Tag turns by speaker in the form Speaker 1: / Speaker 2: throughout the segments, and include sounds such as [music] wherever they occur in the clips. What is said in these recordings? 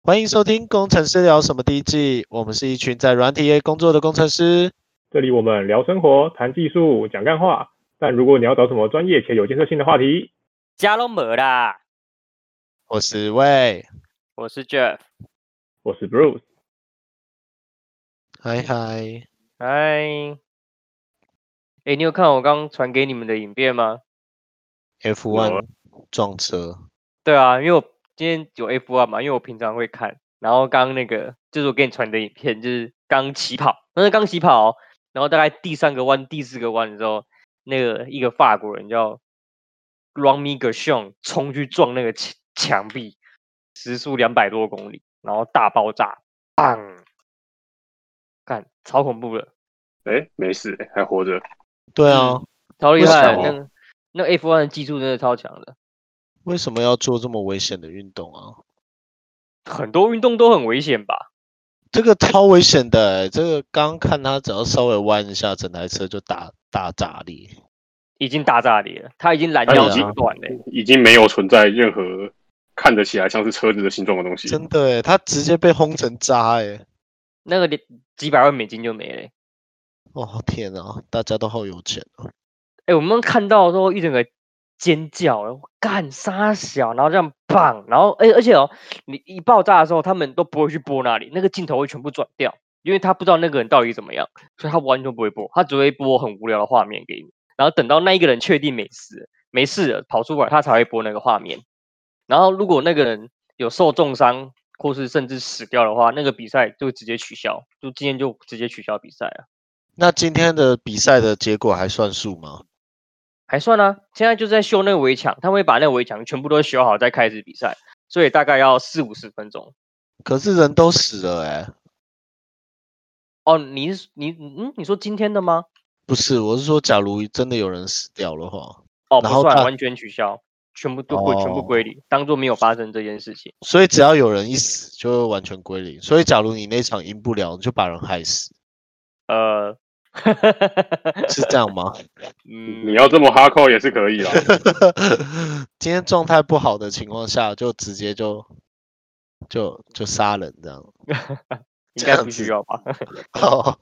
Speaker 1: 欢迎收听《工程师聊什么》第一季，我们是一群在软体业工作的工程师。
Speaker 2: 这里我们聊生活、谈技术、讲干话。但如果你要找什么专业且有建设性的话题，
Speaker 3: 家都没啦。
Speaker 1: 我是魏，
Speaker 3: 我是 Jeff，
Speaker 2: 我是 Bruce。
Speaker 1: 嗨嗨，
Speaker 3: 嗨，哎、你有看我刚传给你们的影片吗？
Speaker 1: ，F1 撞车，
Speaker 3: 对啊，因为我今天有 F1 嘛，因为我平常会看。然后刚刚那个就是我给你传的影片，就是刚起跑，那是刚起跑哦、然后大概第三个弯、第四个弯的时候，那个一个法国人叫 r o m i g e r s h o n 冲去撞那个墙墙壁，时速两百多公里，然后大爆炸，砰！看，超恐怖的。
Speaker 4: 哎、没事、欸还活着。
Speaker 1: 对啊，
Speaker 3: 超厉
Speaker 1: 为什
Speaker 3: 害的！
Speaker 1: 么
Speaker 3: 那个那 F 1的技术真的超强的，
Speaker 1: 为什么要做这么危险的运动啊？
Speaker 3: 很多运动都很危险吧？
Speaker 1: 这个超危险的、欸，这个刚看他只要稍微弯一下，整台车就大大炸裂。
Speaker 3: 已经大炸裂了，他已经拦
Speaker 4: 他
Speaker 3: 腰
Speaker 1: 已
Speaker 3: 截
Speaker 1: 经
Speaker 3: 断了欸。
Speaker 4: 已经没有存在任何看得起来像是车子的形状的东西。
Speaker 1: 真的、欸，他直接被轰成渣哎、欸！
Speaker 3: 那个连几百万美金就没了欸。
Speaker 1: 哦天啊，大家都好有钱哦。
Speaker 3: 哎、我们看到之后一整个尖叫，然后干杀小，然后这样砰，然后而、而且哦，你一爆炸的时候，他们都不会去播那里，那个镜头会全部转掉，因为他不知道那个人到底怎么样，所以他完全不会播，他只会播很无聊的画面给你，然后等到那一个人确定没事了，没事了跑出来，他才会播那个画面。然后如果那个人有受重伤或是甚至死掉的话，那个比赛就直接取消，就今天就直接取消比赛了。
Speaker 1: 那今天的比赛的结果还算数吗？
Speaker 3: 还算啊，现在就是在修那个围墙，他们会把那个围墙全部都修好再开始比赛，所以大概要四五十分钟。
Speaker 1: 可是人都死了哎、
Speaker 3: 哦，你是你嗯，你说今天的吗？
Speaker 1: 不是，我是说，假如真的有人死掉的话，
Speaker 3: 哦，不
Speaker 1: 然后
Speaker 3: 算，
Speaker 1: 他
Speaker 3: 完全取消，全部都归、全部
Speaker 1: 哦
Speaker 3: 归零，当做没有发生这件事情。
Speaker 1: 所以只要有人一死，就会完全归零。所以，假如你那场赢不了，你就把人害死，
Speaker 3: 呃， [laughs]
Speaker 1: 是这样吗？ [laughs]
Speaker 4: 你
Speaker 3: 嗯，
Speaker 4: 要这么哈扣也是可以啦。 [laughs]
Speaker 1: 今天状态不好的情况下，就直接就就就杀人这样。 [laughs]
Speaker 3: 应
Speaker 1: 这
Speaker 3: 该
Speaker 1: 样
Speaker 3: 不需
Speaker 1: 子
Speaker 3: 要吧？
Speaker 1: 哦，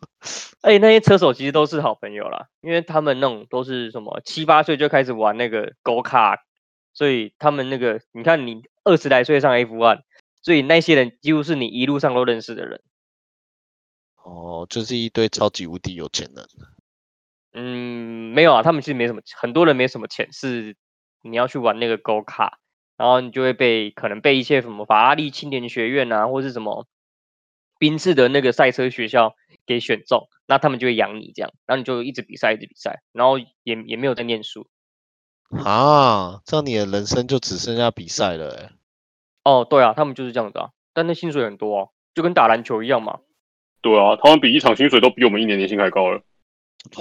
Speaker 3: 而且那些车手其实都是好朋友啦，因为他们那种都是什么七八岁就开始玩那个 go kart，所以他们那个你看你二十来岁上 F1，所以那些人几乎是你一路上都认识的人。
Speaker 1: 哦，就是一堆超级无敌有钱人。
Speaker 3: 嗯，没有啊，他们其实没什么，很多人没什么钱，是你要去玩那个 Go 卡，然后你就会被可能被一些什么法拉利青年学院啊，或是什么宾士的那个赛车学校给选中，那他们就会养你这样，然后你就一直比赛，一直比赛，然后也也没有在念书。
Speaker 1: 啊，这样你的人生就只剩下比赛了、欸。
Speaker 3: 哦，对啊，他们就是这样子啊，但那薪水很多哦，就跟打篮球一样嘛。
Speaker 4: 对啊，他们比一场薪水都比我们一年年薪还高了。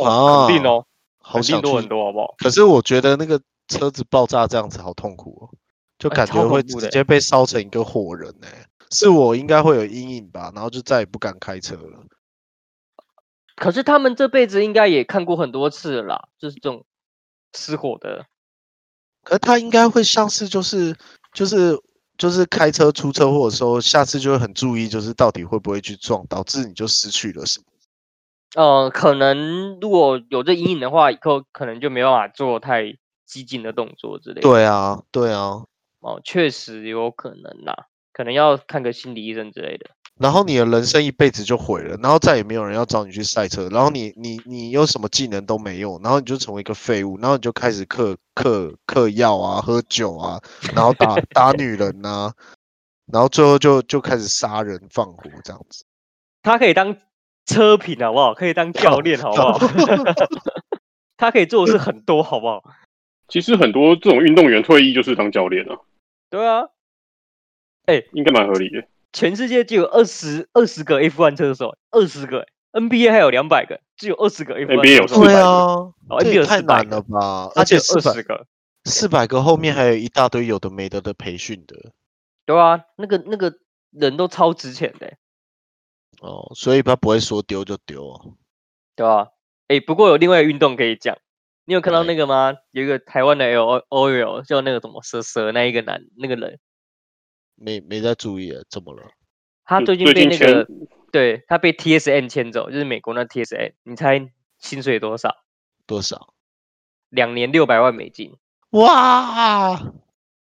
Speaker 1: 啊，
Speaker 3: 肯定哦，
Speaker 1: 好
Speaker 3: 肯定
Speaker 1: 想
Speaker 3: 多
Speaker 1: 去
Speaker 3: 很。多，好不好？
Speaker 1: 可是我觉得那个车子爆炸这样子好痛苦哦，就
Speaker 3: 哎
Speaker 1: 感
Speaker 3: 超
Speaker 1: 觉会
Speaker 3: 恐怖
Speaker 1: 直
Speaker 3: 的
Speaker 1: 接被烧成一个火人呢、是我应该会有阴影吧，然后就再也不敢开车了。
Speaker 3: 可是他们这辈子应该也看过很多次了啦，就是这种失火的。
Speaker 1: 可是他应该会像是就是就是就是开车出车祸的时候，下次就会很注意，就是到底会不会去撞，导致你就失去了什么。
Speaker 3: 呃，可能如果有这阴影的话，以后可能就没办法做太激进的动作之类的。，
Speaker 1: 对啊，对啊。
Speaker 3: 哦，确实有可能啦，可能要看个心理医生之类的。
Speaker 1: 然后你的人生一辈子就毁了，然后再也没有人要找你去赛车，然后你你你有什么技能都没有，然后你就成为一个废物，然后你就开始嗑嗑嗑药啊，喝酒啊，然后
Speaker 3: [laughs]
Speaker 1: 打打女人啊，然后最后就就开始杀人放火这样子。
Speaker 3: 他可以当车评好不好？可以当教练好不好？ [laughs] 他可以做的事很多好不好？ [laughs]
Speaker 4: 其实很多这种运动员退役就是当教练啊，
Speaker 3: 对啊，
Speaker 4: 应该蛮合理的。
Speaker 3: 全世界就有二十二十个 F1 车手，二十个欸、NBA 还有两百个，只有二十个 F1
Speaker 4: NBA 有
Speaker 3: 车手
Speaker 1: [laughs] 对
Speaker 4: 400
Speaker 1: 啊，
Speaker 3: 哦
Speaker 1: 这
Speaker 3: ，NBA
Speaker 1: 也
Speaker 3: 有
Speaker 1: 太
Speaker 3: 四百
Speaker 1: 难了
Speaker 3: 个，
Speaker 1: 吧！
Speaker 3: 他
Speaker 1: 而
Speaker 3: 只
Speaker 1: 且
Speaker 3: 有
Speaker 1: 四
Speaker 3: 二十
Speaker 1: 百
Speaker 3: 个。
Speaker 1: 四百个后面还有一大堆有的没的的培训的
Speaker 3: 对啊，那个那个人都超值钱的欸、
Speaker 1: 哦，所以他不会说丢就丢哦。
Speaker 3: 对啊，哎，不过有另外一个运动可以讲，你有看到
Speaker 1: 哪
Speaker 3: 那个吗？有一个台湾的 L O O L 叫那个什么蛇蛇那一个男那个人，
Speaker 1: 没没在注意了，啊怎么了？
Speaker 3: 他
Speaker 4: 就
Speaker 3: 最
Speaker 4: 嗯
Speaker 3: 近
Speaker 4: 最
Speaker 3: 被
Speaker 4: 近
Speaker 3: 那
Speaker 4: 前
Speaker 3: 个，对他被 TSM 牵走，就是美国那 TSM，你猜薪水多少？
Speaker 1: 多少？
Speaker 3: 两年六百万美金。
Speaker 1: 哇，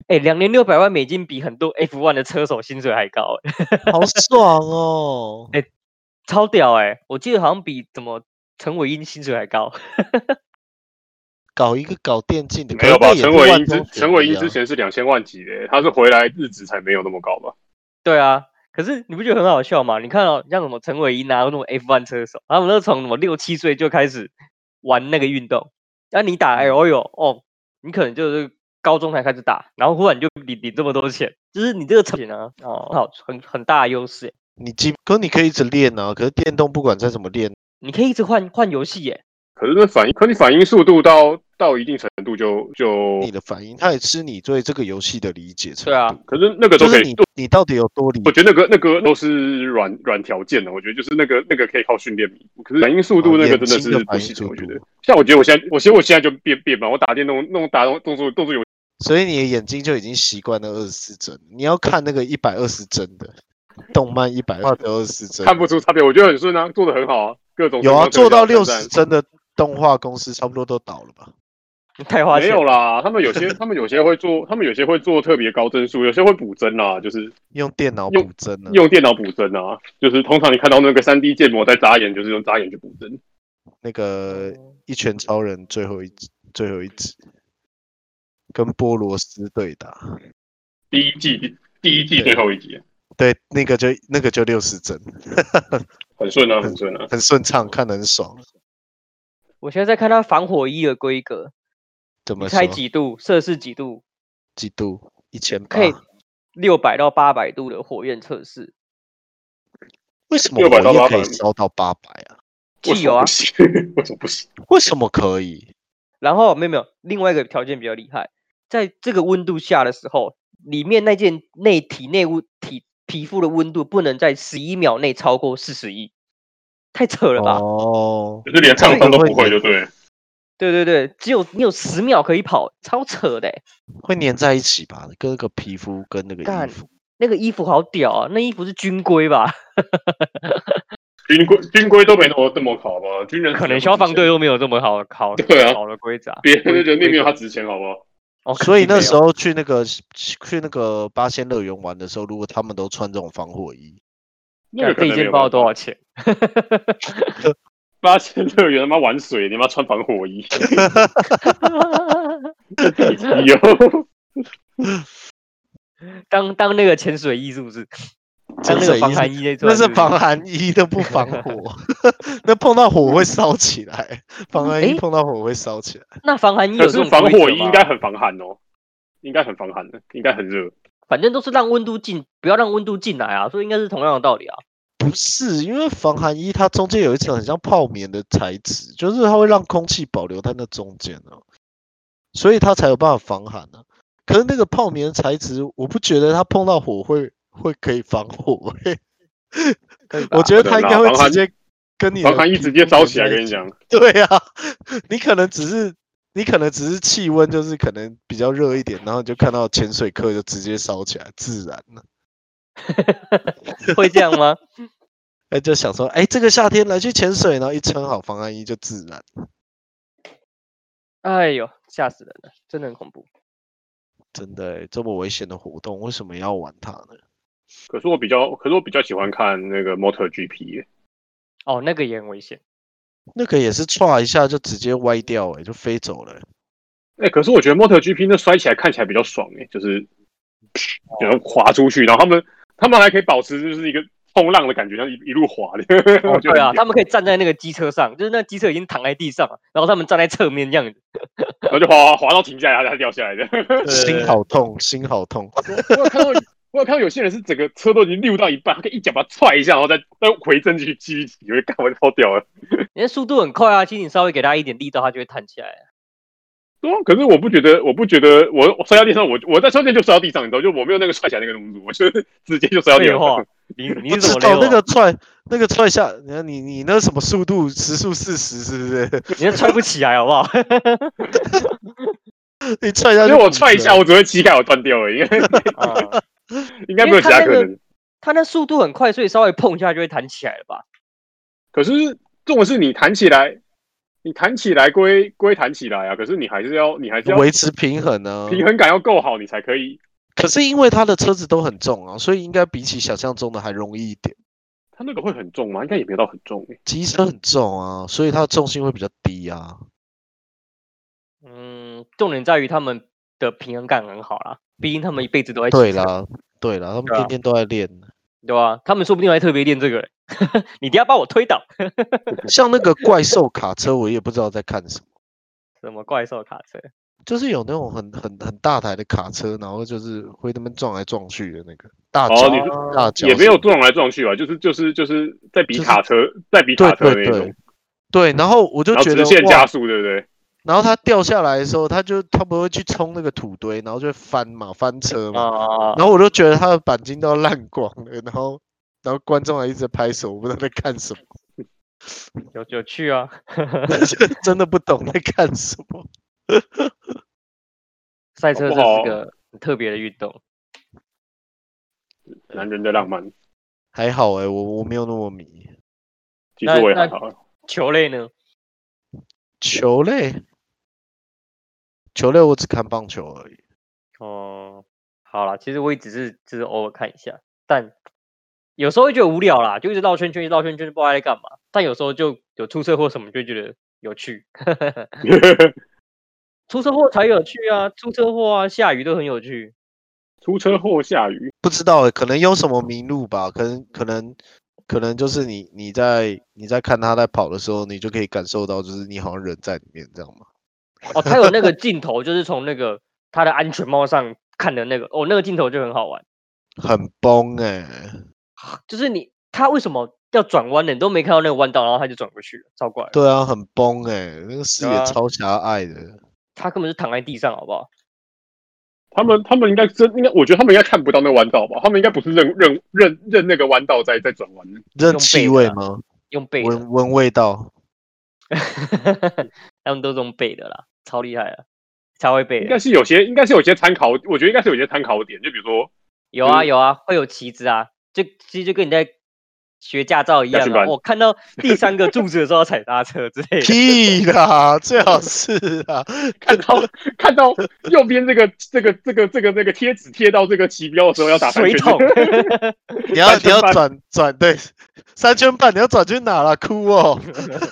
Speaker 3: 哎，两年六百万美金比很多 F1 的车手薪水还高、 [laughs] 欸，
Speaker 1: 好爽哦！
Speaker 3: 哎超屌哎、我记得好像比怎么陈伟英薪水还高。
Speaker 1: 搞一个搞电竞的，可
Speaker 4: 没有
Speaker 1: 是那
Speaker 4: 吧？
Speaker 1: 也
Speaker 4: 陈
Speaker 1: 是
Speaker 4: 伟
Speaker 1: 万
Speaker 4: 英之
Speaker 1: 中选
Speaker 4: 陈伟
Speaker 1: 一
Speaker 4: 英
Speaker 1: 啊
Speaker 4: 之前是两千万级的，他是回来日子才没有那么高吧？
Speaker 3: 对啊，可是你不觉得很好笑吗？你看哦，像什么陈伟霆啊，那种 F1 车手，他们都从什么六七岁就开始玩那个运动。那你打
Speaker 4: 嗯
Speaker 3: L O 哦，你可能就是高中才开始打，然后忽然你就领领这么多钱，就是你这个成品啊，哦，很好很很大的优势欸。
Speaker 1: 你基，可你可以一直练啊。可是电动不管再怎么练，
Speaker 3: 你可以一直换换游戏耶，
Speaker 4: 可是那反应，可你反应速度到到一定程度就就
Speaker 1: 你，的反应，它也吃你对这个游戏的理解程度。
Speaker 3: 对啊，
Speaker 4: 可是那个
Speaker 1: 就
Speaker 4: 都可
Speaker 1: 是
Speaker 4: 以
Speaker 1: 你，你到底有多理
Speaker 4: 我觉得那个那个都是软软条件的，我觉得就是那个那个可以靠训练弥补。可是反应速度
Speaker 1: 哦
Speaker 4: 那个
Speaker 1: 眼
Speaker 4: 真的
Speaker 1: 睛的
Speaker 4: 是不
Speaker 1: 反应
Speaker 4: 行
Speaker 1: 速，
Speaker 4: 我觉得
Speaker 1: 度。
Speaker 4: 像我觉得我现在，我其实我现在就变变慢，我打电动弄打动动作动作游戏，
Speaker 1: 所以你的眼睛就已经习惯了二十四帧，你要看那个一百二十帧的动漫一百二的二十四帧，
Speaker 4: 看不出差别，我觉得很顺啊，做的很好啊，各种
Speaker 1: 啊有啊，
Speaker 4: 身高
Speaker 1: 做到
Speaker 4: 挑
Speaker 1: 六
Speaker 4: 战
Speaker 1: 十帧的动画公司差不多都倒了吧？
Speaker 3: 太花
Speaker 4: 没
Speaker 3: 钱
Speaker 4: 有
Speaker 3: 了。
Speaker 4: 啦，他们有些他们有些会做，他们有些会做特别高帧数，有些会补帧啦，就是
Speaker 1: 用电脑
Speaker 4: 用
Speaker 1: 补帧呢？
Speaker 4: 用电脑补帧啊，就是通常你看到那个三 D 建模在眨眼，就是用眨眼去补帧。
Speaker 1: 那个一拳超人最后一集最后一集跟波罗斯对打，
Speaker 4: 第一季第第一季
Speaker 1: 对
Speaker 4: 最后一集，
Speaker 1: 对，那个就那个就六十帧，
Speaker 4: 很顺啊，很顺啊。
Speaker 1: 很顺畅，看得很爽。
Speaker 3: 我现在在看它防火衣的规格，
Speaker 1: 怎
Speaker 3: 你
Speaker 1: 么
Speaker 3: 猜
Speaker 1: 说？
Speaker 3: 几度？摄氏几度？
Speaker 1: 几度？一千八
Speaker 4: 啊
Speaker 3: 可？以六百到八百度的火焰测试，
Speaker 1: 为什么
Speaker 4: 600
Speaker 1: 火
Speaker 4: 到
Speaker 1: 焰
Speaker 4: 800
Speaker 1: 可以烧到八百啊？
Speaker 4: 为什
Speaker 3: 汽油
Speaker 4: 么
Speaker 3: 啊
Speaker 4: 不，行？ [laughs] 为什么不行？
Speaker 1: 为什么可以？
Speaker 3: 然后没有没有，另外一个条件比较厉害，在这个温度下的时候，里面那件内体内物体皮肤的温度不能在十一秒内超过四十一，太扯了吧？
Speaker 1: 哦，
Speaker 4: 就是连烫伤都不会，
Speaker 3: 啊
Speaker 4: 就对了。
Speaker 3: 对对对，只有你有十秒可以跑，超扯的欸、
Speaker 1: 会粘在一起吧？跟那个皮肤跟那个
Speaker 3: 干
Speaker 1: 衣服，
Speaker 3: 那个衣服好屌啊，那衣服是军规吧？
Speaker 4: 军规军规都没那么这么好吧？军人
Speaker 3: [laughs] 可能消防队都没有这么好
Speaker 1: [laughs]
Speaker 3: 好
Speaker 4: 对啊
Speaker 3: 好的规则啊。
Speaker 4: 别人的人命没有他值钱，好不好？
Speaker 1: [laughs]
Speaker 3: 哦，肯
Speaker 1: 所以
Speaker 3: 定
Speaker 1: 那
Speaker 3: 没
Speaker 1: 时
Speaker 3: 有
Speaker 1: 候去那个去那个八仙乐园玩的时候，如果他们都穿这种防火衣，
Speaker 4: 那个
Speaker 3: 干
Speaker 4: 可
Speaker 3: 这一
Speaker 4: 能没
Speaker 3: 件
Speaker 4: 有
Speaker 3: 不知道多少
Speaker 4: 办法。
Speaker 3: [laughs] 钱。
Speaker 4: 八千乐园他妈玩水，你妈穿防火
Speaker 3: [laughs]
Speaker 4: 衣，有
Speaker 3: 当当那个潜水衣是不是？当
Speaker 1: 潜
Speaker 3: 那
Speaker 1: 水
Speaker 3: 个
Speaker 1: 衣
Speaker 3: 防
Speaker 1: 是
Speaker 3: 寒衣那种，
Speaker 1: 那是防寒衣，那不防
Speaker 4: [laughs]
Speaker 1: 火，那碰到火会烧起来。防寒衣
Speaker 3: 诶
Speaker 1: 碰到火会烧起来，
Speaker 3: 那防寒衣有
Speaker 4: 可
Speaker 3: 这
Speaker 4: 是
Speaker 3: 种
Speaker 4: 防
Speaker 3: 规
Speaker 4: 火
Speaker 3: 则
Speaker 4: 衣应
Speaker 3: 吗
Speaker 4: 该很防寒哦，应该很防寒的，应该很热。
Speaker 3: 反正都是让温度进，不要让温度进来啊，所以应该是同样的道理啊。
Speaker 1: 不是因为防寒衣它中间有一层很像泡棉的材质，就是它会让空气保留在那中间哦，所以它才有办法防寒呢、可是那个泡棉材质，我不觉得它碰到火会会可以防火、欸，
Speaker 3: 可 [laughs] 以吧
Speaker 1: 我觉得
Speaker 4: 可
Speaker 1: 它
Speaker 4: 能
Speaker 1: 应
Speaker 4: 啊
Speaker 1: 该会
Speaker 4: 防
Speaker 1: 直
Speaker 4: 寒
Speaker 1: 接跟你的
Speaker 4: 防寒衣
Speaker 1: 皮
Speaker 4: 直接
Speaker 1: 肤
Speaker 4: 烧
Speaker 1: 粘
Speaker 4: 起
Speaker 1: 在
Speaker 4: 来，
Speaker 1: 一
Speaker 4: 跟你
Speaker 1: 起
Speaker 4: 讲，
Speaker 1: [laughs] 对呀、啊，你可能只是你可能只是气温就是可能比较热一点，然后你就看到潜水客就直接烧起来，自燃了。
Speaker 3: 会这样吗？ [laughs]
Speaker 1: 哎，就想说，哎，这个夏天来去潜水，然后一穿好防寒衣就自燃。
Speaker 3: 哎呦，吓死人了，真的很恐怖。
Speaker 1: 真的欸，这么危险的活动，为什么要玩它呢？
Speaker 4: 可是我比较，可是我比较喜欢看那个 Motor GP，耶
Speaker 3: 哦，那个也很危险。
Speaker 1: 那个也是歘一下就直接歪掉，哎，就飞走了欸。
Speaker 4: 哎、可是我觉得 Motor GP 那摔起来看起来比较爽哎、就是
Speaker 3: 哦
Speaker 4: 然后滑出去，然后他们他们还可以保持就是一个冲浪的感觉，像一一路滑的。 [laughs] 我觉得
Speaker 3: 对啊，
Speaker 4: 很屌
Speaker 3: 他们可以站在那个机车上，就是那机车已经躺在地上了，然后他们站在侧面这样子。
Speaker 4: 然后就滑滑滑到停下来，它才掉下来的。
Speaker 1: 欸心好痛，心好痛。
Speaker 4: 我有看到，我有看到有些人是整个车都已经溜到一半，他可以一脚把它踹一下，然后再再回正去继续骑，我就干我就超屌了。
Speaker 3: 人家速度很快啊，其实你稍微给他一点力道，他就会弹起来。
Speaker 4: 对啊，可是我不觉得，我不觉得我我摔到地上，我我在摔地就摔到地上，你知道，就我没有那个踹起来那个动作，我就是直接就摔到地
Speaker 3: 废
Speaker 4: 上。
Speaker 3: 话，你你
Speaker 1: 不知
Speaker 3: 是怎么啊
Speaker 1: 道
Speaker 3: 累
Speaker 1: 那个
Speaker 3: 的
Speaker 1: 踹那个踹下，你看你你那什么速度时速四十是不是？
Speaker 3: 你那踹不起来好不好？
Speaker 1: 你踹下
Speaker 4: 因
Speaker 1: 去， [laughs]
Speaker 3: [laughs]
Speaker 4: 为我踹一下，我只会膝盖我断掉而已。
Speaker 3: 啊，
Speaker 4: 应该没有其他可能。
Speaker 3: 它那速度很快，所以稍微碰一下就会弹起来了吧？
Speaker 4: 可是这种事你弹起来，你弹起来归归弹起来啊，可是你还是要你还是要
Speaker 1: 维持平衡啊呢、
Speaker 4: 平衡感要够好，你才可以。
Speaker 1: 可是因为他的车子都很重啊，所以应该比起想象中的还容易一点。
Speaker 4: 它那个会很重吗？应该也没有到很重诶、
Speaker 1: 机车很重啊，所以它的重心会比较低啊。
Speaker 3: 嗯，重点在于他们的平衡感很好啦，毕竟他们一辈子都在骑
Speaker 1: 对
Speaker 3: 车，
Speaker 1: 啦，对啦，他们
Speaker 3: 对啊
Speaker 1: 天天都在练。
Speaker 3: 对吧、他们说不定还特别练这个、欸， [laughs] 你等一下把我推倒。
Speaker 1: 像那个怪兽卡车，我也不知道在看什么，
Speaker 3: 什么怪兽卡车？
Speaker 1: 就是有那种很很很大台的卡车，然后就是会那边撞来撞去的那个大
Speaker 4: 哦
Speaker 1: 脚、
Speaker 4: 你是
Speaker 1: 大脚
Speaker 4: 也没有
Speaker 1: 什么
Speaker 4: 撞来撞去吧，就是就是就是在比
Speaker 1: 就是
Speaker 4: 卡车，在比
Speaker 1: 对
Speaker 4: 卡车的
Speaker 1: 对
Speaker 4: 那种
Speaker 1: 对，对，然后我就
Speaker 4: 然后
Speaker 1: 觉得
Speaker 4: 直线加
Speaker 1: 哇，
Speaker 4: 速，对不对？
Speaker 1: 然后它掉下来的时候，它就它不会去冲那个土堆，然后就会翻嘛翻
Speaker 4: 嗯
Speaker 1: 车嘛，
Speaker 3: 啊，
Speaker 1: 然后我就觉得它的钣金都要烂光了， [laughs] 然后然后观众还一直拍手，我不知道在看什
Speaker 3: [laughs]
Speaker 1: 么，
Speaker 3: 有有趣啊！
Speaker 1: 就真的不懂在看什么。
Speaker 3: 赛车
Speaker 4: 不
Speaker 3: 这
Speaker 4: 好
Speaker 3: 是个很特别的运动，
Speaker 4: 男人的浪漫，
Speaker 1: 还好哎、我我没有那么迷
Speaker 4: 其
Speaker 3: 那
Speaker 4: 实我也还
Speaker 3: 那
Speaker 4: 好。
Speaker 3: 球类呢？
Speaker 1: 球类，球类我只看棒球而已。
Speaker 3: 哦，好啦，其实我也只是只是偶尔看一下，但有时候会觉得无聊啦，就一直绕圈圈，一直绕圈圈，不知道在干嘛。但有时候就有出车祸什么，就觉得有趣。出车祸才有趣啊！出车祸啊，下雨都很有趣。
Speaker 4: [laughs] 出车祸下雨，
Speaker 1: 不知道欸，可能有什么迷路吧，可能可能可能就是你你在你在看他在跑的时候，你就可以感受到，就是你好像人在里面这样嘛。
Speaker 3: 哦，它有那个镜头，就是从那个他的安全帽上看的那个，哦，那个镜头就很好玩。
Speaker 1: 很崩哎、
Speaker 3: 就是你他为什么要转弯的，你都没看到那个弯道，然后他就转过去了，超怪的。
Speaker 1: 对啊，很崩哎、那个视
Speaker 3: 对啊
Speaker 1: 野超狭隘的。
Speaker 3: 他根本是躺在地上，好不好？
Speaker 4: 他们他们应该真应该，我觉得他们应该看不到那个弯道吧？他们应该不是认认认认那个弯道在在转弯，
Speaker 1: 认
Speaker 3: 用背
Speaker 1: 气
Speaker 3: 的
Speaker 1: 味
Speaker 3: 啊
Speaker 1: 吗？
Speaker 3: 用背的，
Speaker 1: 闻闻味道，
Speaker 3: [laughs] 他们都是用背的啦，超厉害了，超会背
Speaker 4: 应
Speaker 3: 的
Speaker 4: 该。是有些应该是有些参考，我觉得应该是有些参考点，就比如说
Speaker 3: 有啊
Speaker 4: 嗯
Speaker 3: 有啊，会有旗子啊，就其实就跟你在学驾照一
Speaker 4: 驾
Speaker 3: 样
Speaker 4: 训
Speaker 3: 啊。
Speaker 4: 班
Speaker 3: 我看到第三个柱子的时候要踩刹车之类的，
Speaker 1: 屁啦，最好是
Speaker 3: [laughs]
Speaker 1: 啊，
Speaker 4: 看到看到右边这个这个这个这个这个贴纸贴到这个旗标的时候要打三
Speaker 3: 水
Speaker 4: 圈
Speaker 3: 桶。
Speaker 4: [laughs]
Speaker 1: 你要
Speaker 4: 三
Speaker 1: 你
Speaker 4: 圈
Speaker 1: 要
Speaker 4: 半
Speaker 1: 转转对，三圈半你要转去哪了？哭哦，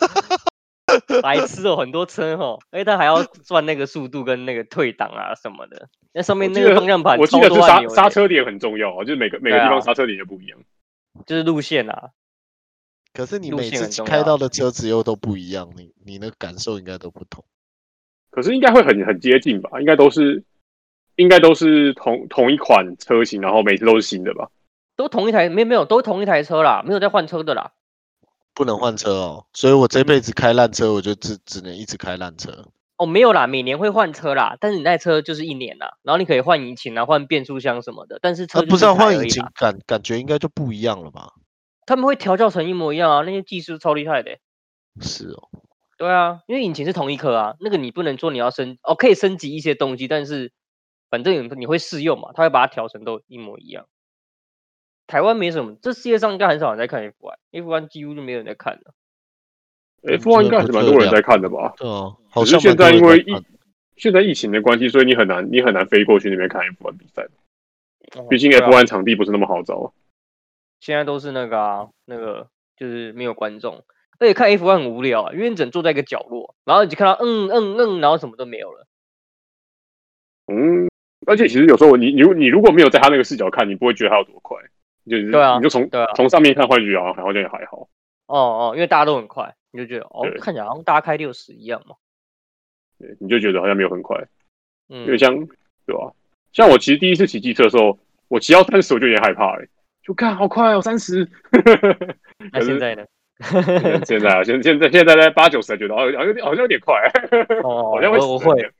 Speaker 3: [laughs] 白痴哦，很多车哦，哎，他还要算那个速度跟那个退档啊什么的。那上面
Speaker 4: 我
Speaker 3: 那
Speaker 4: 记
Speaker 3: 个
Speaker 4: 得
Speaker 3: 方向盘
Speaker 4: 我记
Speaker 3: 超
Speaker 4: 得是
Speaker 3: 多按
Speaker 4: 刹
Speaker 3: 钮的
Speaker 4: 刹，车点很重要啊，就是每个每个
Speaker 3: 对啊
Speaker 4: 地方刹车点也不一样。
Speaker 3: 就是路线啊，
Speaker 1: 可是你
Speaker 3: 路
Speaker 1: 每
Speaker 3: 线很
Speaker 1: 次
Speaker 3: 重
Speaker 1: 开
Speaker 3: 要
Speaker 1: 到的车子又都不一样，你你那个感受应该都不同。
Speaker 4: 可是应该会很很接近吧？应该都是应该都是同同一款车型，然后每次都是新的吧？
Speaker 3: 都同一台，没有没有，都同一台车啦，没有在换车的啦。
Speaker 1: 不能换车哦，所以我这辈子开烂车，我就只只能一直开烂车。
Speaker 3: 哦，没有啦，每年会换车啦，但是你那台车就是一年啦，然后你可以换引擎啊，换变速箱什么的，但是车
Speaker 1: 那呃
Speaker 3: 就
Speaker 1: 啊不知
Speaker 3: 一
Speaker 1: 道
Speaker 3: 台
Speaker 1: 换
Speaker 3: 而
Speaker 1: 引
Speaker 3: 已
Speaker 1: 擎
Speaker 3: 啦
Speaker 1: 感感觉应该就不一样了吧？
Speaker 3: 他们会调教成一模一样啊，那些技术超厉害的欸、
Speaker 1: 是哦，
Speaker 3: 对啊，因为引擎是同一颗啊，那个你不能说你要升哦，可以升级一些东西，但是反正你你会试用嘛，他会把它调成都一模一样。台湾没什么，这世界上应该很少人在看 F1，F1 几乎就没有人在看了。嗯
Speaker 4: F1 应该还是蛮多人在看的吧？
Speaker 1: 对哦，好
Speaker 4: 啊可是
Speaker 1: 像
Speaker 4: 现
Speaker 1: 蛮多
Speaker 4: 在因
Speaker 1: 人
Speaker 4: 为
Speaker 1: 看
Speaker 4: 疫现在疫情的关系，所以你很难你很难飞过去那边看 F1 比赛，
Speaker 3: 哦
Speaker 4: 毕竟
Speaker 3: 对啊
Speaker 4: F1 场地不是那么好找。啊
Speaker 3: 现在都是那个啊，那个就是没有观众，而且看 F1 很无聊啊，因为你只能坐在一个角落，然后你就看到嗯嗯嗯，然后什么都没有了。
Speaker 4: 嗯，而且其实有时候你你如你如果没有在他那个视角看，你不会觉得他有多快，就是
Speaker 3: 对啊
Speaker 4: 你就从
Speaker 3: 对啊
Speaker 4: 从上面看，换觉得好像好像也还好。
Speaker 3: 哦哦，因为大家都很快，你就觉得哦
Speaker 4: 对，
Speaker 3: 看起来好像大家开六十一样嘛。
Speaker 4: 对你就觉得好像没有很快，
Speaker 3: 嗯
Speaker 4: 因为，像对吧、像我其实第一次骑机车的时候，我骑到三十我就有点害怕了、就看好快哦，三十。 [laughs]
Speaker 3: 那
Speaker 4: 可
Speaker 3: 现
Speaker 4: 是
Speaker 3: 在呢？哦
Speaker 4: 现在啊，现现在现在在八九十，觉得好像好像有点好像有点快，
Speaker 3: 哦，
Speaker 4: 好像
Speaker 3: 我我
Speaker 4: 死人欸
Speaker 3: 会，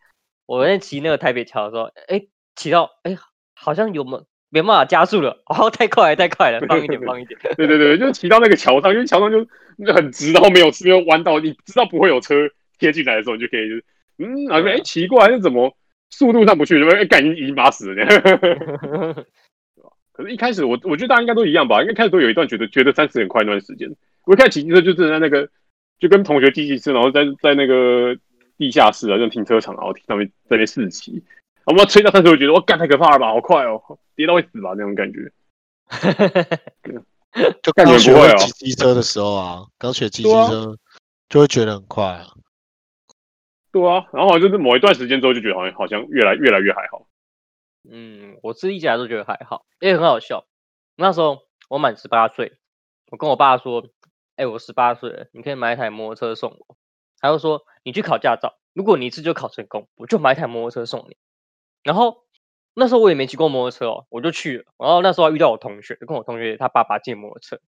Speaker 3: 我在骑那个台北桥的时候，哎，骑到哎，好像有没没办法加速了，哦，太快了，太快了，放一点，放一点。
Speaker 4: [laughs] 对对对，就骑到那个桥上，因为桥上就很直，然后没有没有弯道，你知道不会有车贴进来的时候，你就可以就是嗯，然后就哎、 [laughs] 奇怪，这怎么速度上不去？就哎，感觉已经马死了这样。 [laughs] 可是，一开始我我觉得大家应该都一样吧，应该开始都有一段觉得觉得三十很快那段时间。我一开始骑机车就真的在那个，就跟同学骑机车，然后在在那个地下室啊，那种停车场，然后上面在那边试骑。我们吹到三十，我觉得哦我干太可怕了吧，好快哦，跌到会死吧那种感觉。
Speaker 1: 就
Speaker 4: 感觉
Speaker 1: 刚学
Speaker 4: 不会
Speaker 1: 会
Speaker 4: 哦
Speaker 1: 骑机车的时候啊，刚学骑机
Speaker 4: 对啊
Speaker 1: 车就会觉得很快啊。
Speaker 4: 对啊，然后好像就是某一段时间之后就觉得好像好像越来越来越还好。
Speaker 3: 嗯，我自己一直来都觉得还好，因为很好笑。那时候我满十八岁，我跟我爸说：“哎、我十八岁了，你可以买一台摩托车送我。”他就说：“你去考驾照，如果你一次就考成功，我就买一台摩托车送你。”然后那时候我也没骑过摩托车哦，我就去了。然后那时候还遇到我同学，就跟我同学他爸爸借摩托车，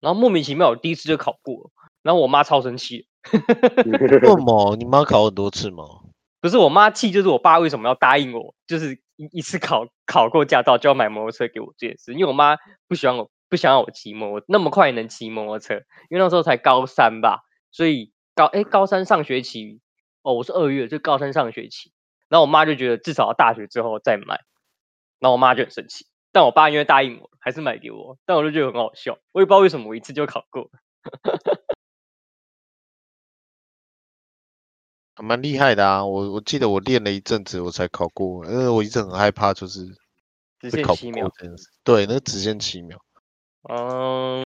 Speaker 3: 然后莫名其妙我第一次就考过了，然后我妈超生气，
Speaker 1: 为什么？你妈考很多次吗？
Speaker 3: 不是我妈气，就是我爸为什么要答应我，就是一一次考考过驾照就要买摩托车给我这件事，因为我妈不喜欢我不想让我骑摩那么快能骑摩托车，因为那时候才高三吧，所以高哎高三上学期哦我是二月，就高三上学期，然后我妈就觉得至少要大学之后再买，然后我妈就很生气，但我爸因为答应我还是买给我，但我就觉得很好笑，我也不知道为什么我一次就考过，
Speaker 1: 还蛮厉害的啊！我我记得我练了一阵子，我才考过，因为我一直很害怕，就是会
Speaker 3: 直线
Speaker 1: 考
Speaker 3: 七
Speaker 1: 不
Speaker 3: 秒
Speaker 1: 过，这件事。对，那直线七秒，
Speaker 3: 嗯，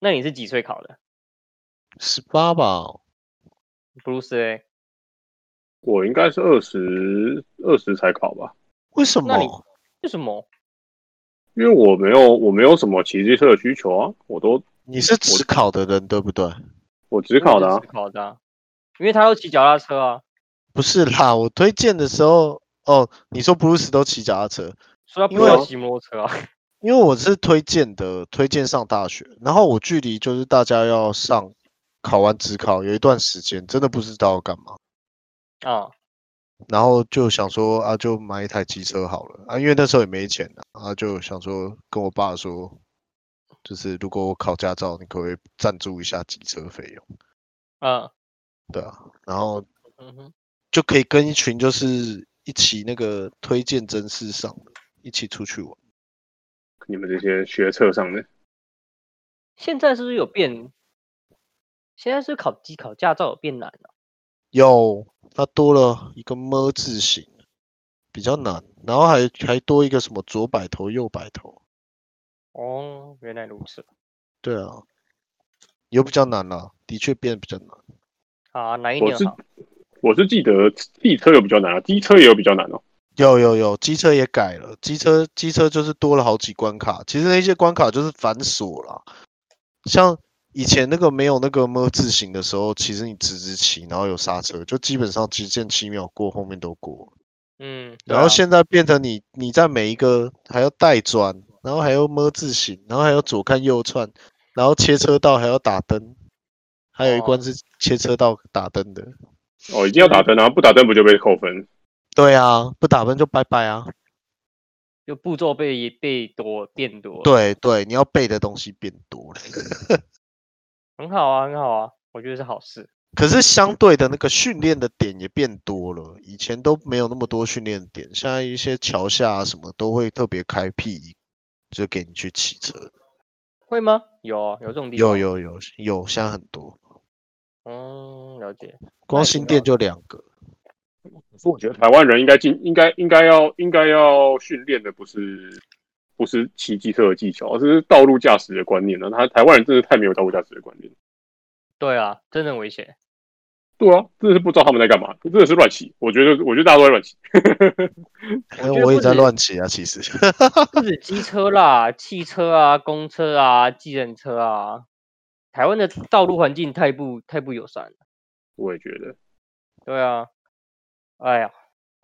Speaker 3: 那你是几岁考的？
Speaker 1: 十八吧，
Speaker 3: 布鲁斯嘞
Speaker 4: [laughs] 我应该是二十二十才考吧，
Speaker 1: 为什
Speaker 3: 那你
Speaker 1: 么？
Speaker 3: 为什么？
Speaker 4: 因为我没有我没有什么骑机车的需求啊，我都
Speaker 1: 你是只考的人对不对？
Speaker 4: 我只考的啊
Speaker 3: 自。考的、啊，因为他都骑脚踏车啊，
Speaker 1: 不是啦，我推荐的时候，哦，你说 Bruce 都骑脚踏车，
Speaker 3: 所以他
Speaker 1: 因
Speaker 3: 不
Speaker 1: 为
Speaker 3: 要
Speaker 4: 哦
Speaker 1: 我
Speaker 3: 骑摩托车啊。 [laughs]
Speaker 1: 因为我是推荐的，推荐上大学，然后我距离就是大家要上考完职考有一段时间，真的不知道要干嘛，
Speaker 3: 啊，
Speaker 1: 然后就想说啊，就买一台机车好了啊，因为那时候也没钱啊，啊就想说跟我爸说，就是如果我考驾照，你可不可以赞助一下机车费用？
Speaker 3: 嗯
Speaker 1: 对啊，然后
Speaker 3: 嗯哼，
Speaker 1: 就可以跟一群就是一起那个推荐真事上的一起出去玩。
Speaker 4: 你们这些学测上的，
Speaker 3: 现在是不是有变？现在是考机考驾照有变难了、
Speaker 1: 有，它多了一个么字形，比较难，然后还还多一个什么左摆头右摆头，
Speaker 3: 哦，原来如此。
Speaker 1: 对啊，有比较难了，的确变得比较难。
Speaker 3: 好啊，难一
Speaker 4: 我
Speaker 3: 点
Speaker 4: 是
Speaker 3: 好。
Speaker 4: 我是记得汽车有比较难啊，机车也有比较难哦。
Speaker 1: 有有有，机车也改了，机车机车就是多了好几关卡，其实那些关卡就是繁琐啦，像以前那个没有那个么字形的时候，其实你直直骑，然后有刹车，就基本上直线七秒过，后面都过了。
Speaker 3: 嗯，对
Speaker 1: 然后
Speaker 3: 啊
Speaker 1: 现在变成你你在每一个还要带转，然后还要么字形，然后还要左看右窜，然后切车道还要打灯，还有一关
Speaker 3: 哦
Speaker 1: 是切车道打灯的。
Speaker 4: 哦，一定要打灯啊，不打灯不就被扣分？
Speaker 1: 对啊，不打灯就拜拜啊。
Speaker 3: 就步骤被被多变多，，
Speaker 1: 对对，你要背的东西变多了，
Speaker 3: 很好啊，很好啊，我觉得是好事。
Speaker 1: 可是相对的那个训练的点也变多了，以前都没有那么多训练点，现在一些桥下啊什么都会特别开辟，就给你去骑车。
Speaker 3: 会吗？有啊有这种地
Speaker 1: 有
Speaker 3: 方。
Speaker 1: 有有有，现在很多，
Speaker 3: 嗯，了解。
Speaker 1: 光
Speaker 3: 那
Speaker 1: 新
Speaker 3: 挺
Speaker 1: 店
Speaker 3: 好
Speaker 1: 就两个。
Speaker 4: 我觉得台湾人应该进，应该应该要应该要训练的不是不是骑机车的技巧，而是道路驾驶的观念呢、啊他台湾人真的太没有道路驾驶的观念。
Speaker 3: 对啊，真的很危险。
Speaker 4: 对啊，真的是不知道他们在干嘛，真的是乱骑。我觉得，我觉得大家都在乱骑。
Speaker 1: 哎，
Speaker 3: 觉得
Speaker 1: 我也
Speaker 3: 不
Speaker 1: 在
Speaker 3: 止
Speaker 1: 乱骑啊，其实。 [laughs]
Speaker 3: 不止机车啦，汽车啊，公车啊，计程车啊，台湾的道路环境太不太不友善了。
Speaker 4: 我也觉得，
Speaker 3: 对啊，哎呀，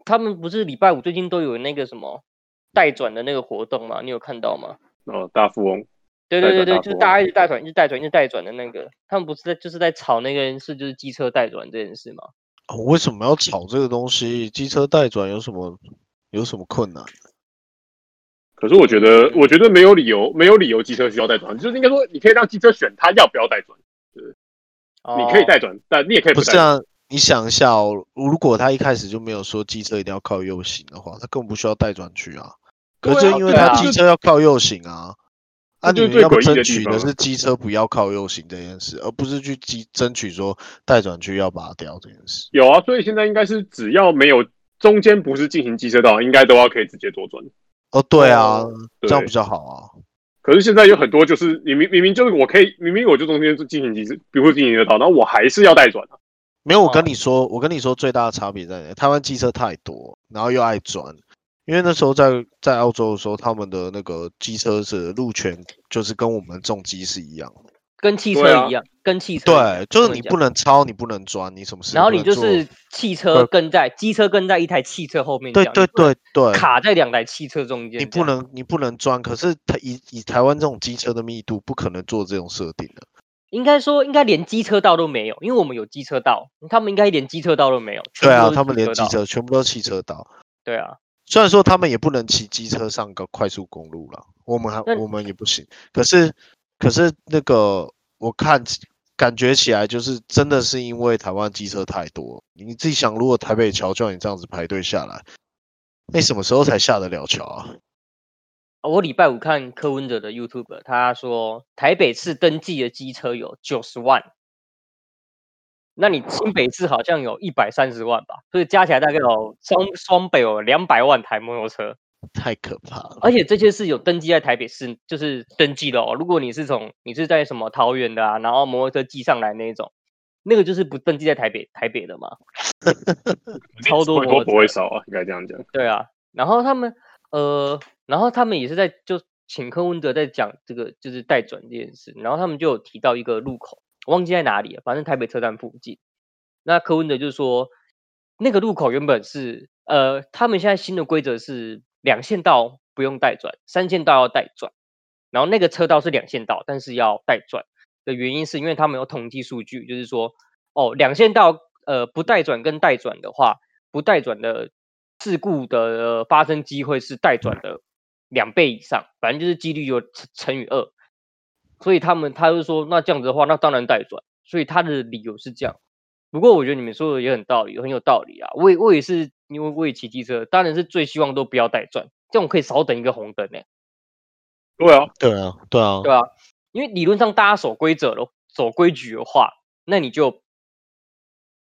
Speaker 3: 他们不是礼拜五最近都有那个什么代转的那个活动吗？你有看到吗？
Speaker 4: 哦，大富翁，
Speaker 3: 对
Speaker 4: 代转
Speaker 3: 对对对，
Speaker 4: 大
Speaker 3: 就是
Speaker 4: 活
Speaker 3: 大家一直代转，一直代转，一直代转的那个，他们不是在就是在吵那个事，就是机车代转这件事吗？
Speaker 1: 哦为什么要炒这个东西？机车代转有什么有什么困难？
Speaker 4: 可是我觉
Speaker 3: 嗯
Speaker 4: 得，我觉得没有理由，没有理由机车需要带转，就是应该说，你可以让机车选它要不要带转，你可以
Speaker 3: 哦
Speaker 4: 带转，但你也可以
Speaker 1: 不
Speaker 4: 带
Speaker 1: 是
Speaker 4: 转。
Speaker 1: 啊，你想一下哦，如果他一开始就没有说机车一定要靠右行的话，他根本不需要代转区啊。可是
Speaker 4: 对啊
Speaker 1: 就因为
Speaker 4: 对
Speaker 1: 他
Speaker 4: 啊
Speaker 1: 机车要靠右行啊，啊，
Speaker 4: 这
Speaker 1: 你
Speaker 4: 就是
Speaker 1: 们要
Speaker 4: 最诡异
Speaker 1: 争
Speaker 4: 的
Speaker 1: 取
Speaker 4: 地
Speaker 1: 的
Speaker 4: 方
Speaker 1: 是机车不要靠右行这件事，而不是去机争取说待转区要拔掉这件事。
Speaker 4: 有啊，所以现在应该是只要没有中间不是进行机车道，应该都要可以直接左转。
Speaker 1: 哦，对啊，这
Speaker 4: 对，
Speaker 1: 样比较好啊。
Speaker 4: 可是现在有很多就是你明明明就是我可以明明我就中间进行机车，比如进行得到，然后我还是要带转啊。
Speaker 1: 没有，我
Speaker 3: 哦
Speaker 1: 跟你说，我跟你说最大的差别在哪？台湾机车太多，然后又爱钻。因为那时候在在澳洲的时候，他们的那个机车是路权，就是跟我们重机是一样的。
Speaker 3: 跟汽
Speaker 4: 对
Speaker 3: 车
Speaker 4: 啊
Speaker 3: 一样，跟汽车一样
Speaker 1: 对，就是你
Speaker 3: 这
Speaker 1: 不
Speaker 3: 么
Speaker 1: 能超，你不能钻，你什么事
Speaker 3: 讲
Speaker 1: 都
Speaker 3: 然
Speaker 1: 不能
Speaker 3: 后你
Speaker 1: 做？
Speaker 3: 就是汽
Speaker 1: 对
Speaker 3: 车跟在机车跟在一台汽车后面
Speaker 1: 对
Speaker 3: 这样，
Speaker 1: 对
Speaker 3: 你不能
Speaker 1: 对对，
Speaker 3: 卡在两台汽车中间，
Speaker 1: 你不，能你不能钻。可是他以以台湾这种机车的密度，不可能做这种设定的。
Speaker 3: 应该说应该连机车道都没有，因为我们有机车道，他们应该连机车道都没有，全
Speaker 1: 对啊，
Speaker 3: 部都
Speaker 1: 他
Speaker 3: 是
Speaker 1: 们连机
Speaker 3: 道，
Speaker 1: 车全部都是汽车道。
Speaker 3: 对啊，
Speaker 1: 虽然说他们也不能骑机车上个快速公路了，我们还
Speaker 3: 那
Speaker 1: 我们也不行。可是可是那个我看起感觉起来就是真的是因为台湾机车太多。你自己想，如果台北桥叫你这样子排队下来，那什么时候才下得了桥啊？
Speaker 3: 我礼拜五看柯文哲的 YouTube，他说台北市登记的机车有九十万，那你新北市好像有一百三十万吧，所以加起来大概有双双北有两百万台摩托车，
Speaker 1: 太可怕了！
Speaker 3: 而且这些是有登记在台北市，就是登记的哦。如果你是从你是在什么桃园的啊，然后摩托车寄上来那一种，那个就是不登记在台北台北的嘛，超多
Speaker 4: 会多
Speaker 3: 摩托车
Speaker 4: 不会少啊，应该这样讲。
Speaker 3: 对啊，然后他们呃，然后他们也是在就请柯文哲在讲这个就是待转这件事，然后他们就有提到一个路口，我忘记在哪里了，反正台北车站附近。那柯文哲就说，那个路口原本是呃，他们现在新的规则是两线道不用待转，三线道要待转，然后那个车道是两线道，但是要待转的原因是因为他们有统计数据，就是说哦，两线道呃不待转跟待转的话，不待转的事故的、呃发生机会是待转的两倍以上，反正就是几率有乘乘以二。所以他们他就说，那这样子的话，那当然待转。所以他的理由是这样。不过我觉得你们说的也很道理，很有道理啊。我也我也是，因为我也骑机车，当然是最希望都不要带转，这样我可以少等一个红灯呢、
Speaker 4: 对啊，
Speaker 1: 对啊，对啊，
Speaker 3: 对吧、因为理论上大家守规则的、守规矩的话，那你就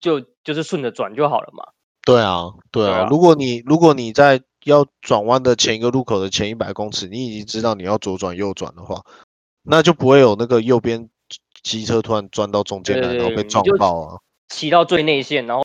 Speaker 3: 就就是顺着转就好了嘛。
Speaker 1: 对啊，对
Speaker 3: 对
Speaker 1: 啊。
Speaker 3: 啊
Speaker 1: 如果你如果你在要转弯的前一个路口的前一百公尺，你已经知道你要左转右转的话，那就不会有那个右边机车突然钻到中间
Speaker 3: 对
Speaker 1: 来，然后
Speaker 3: 对
Speaker 1: 被
Speaker 3: 你
Speaker 1: 撞
Speaker 3: 就
Speaker 1: 爆啊。
Speaker 3: 骑到最内线，然后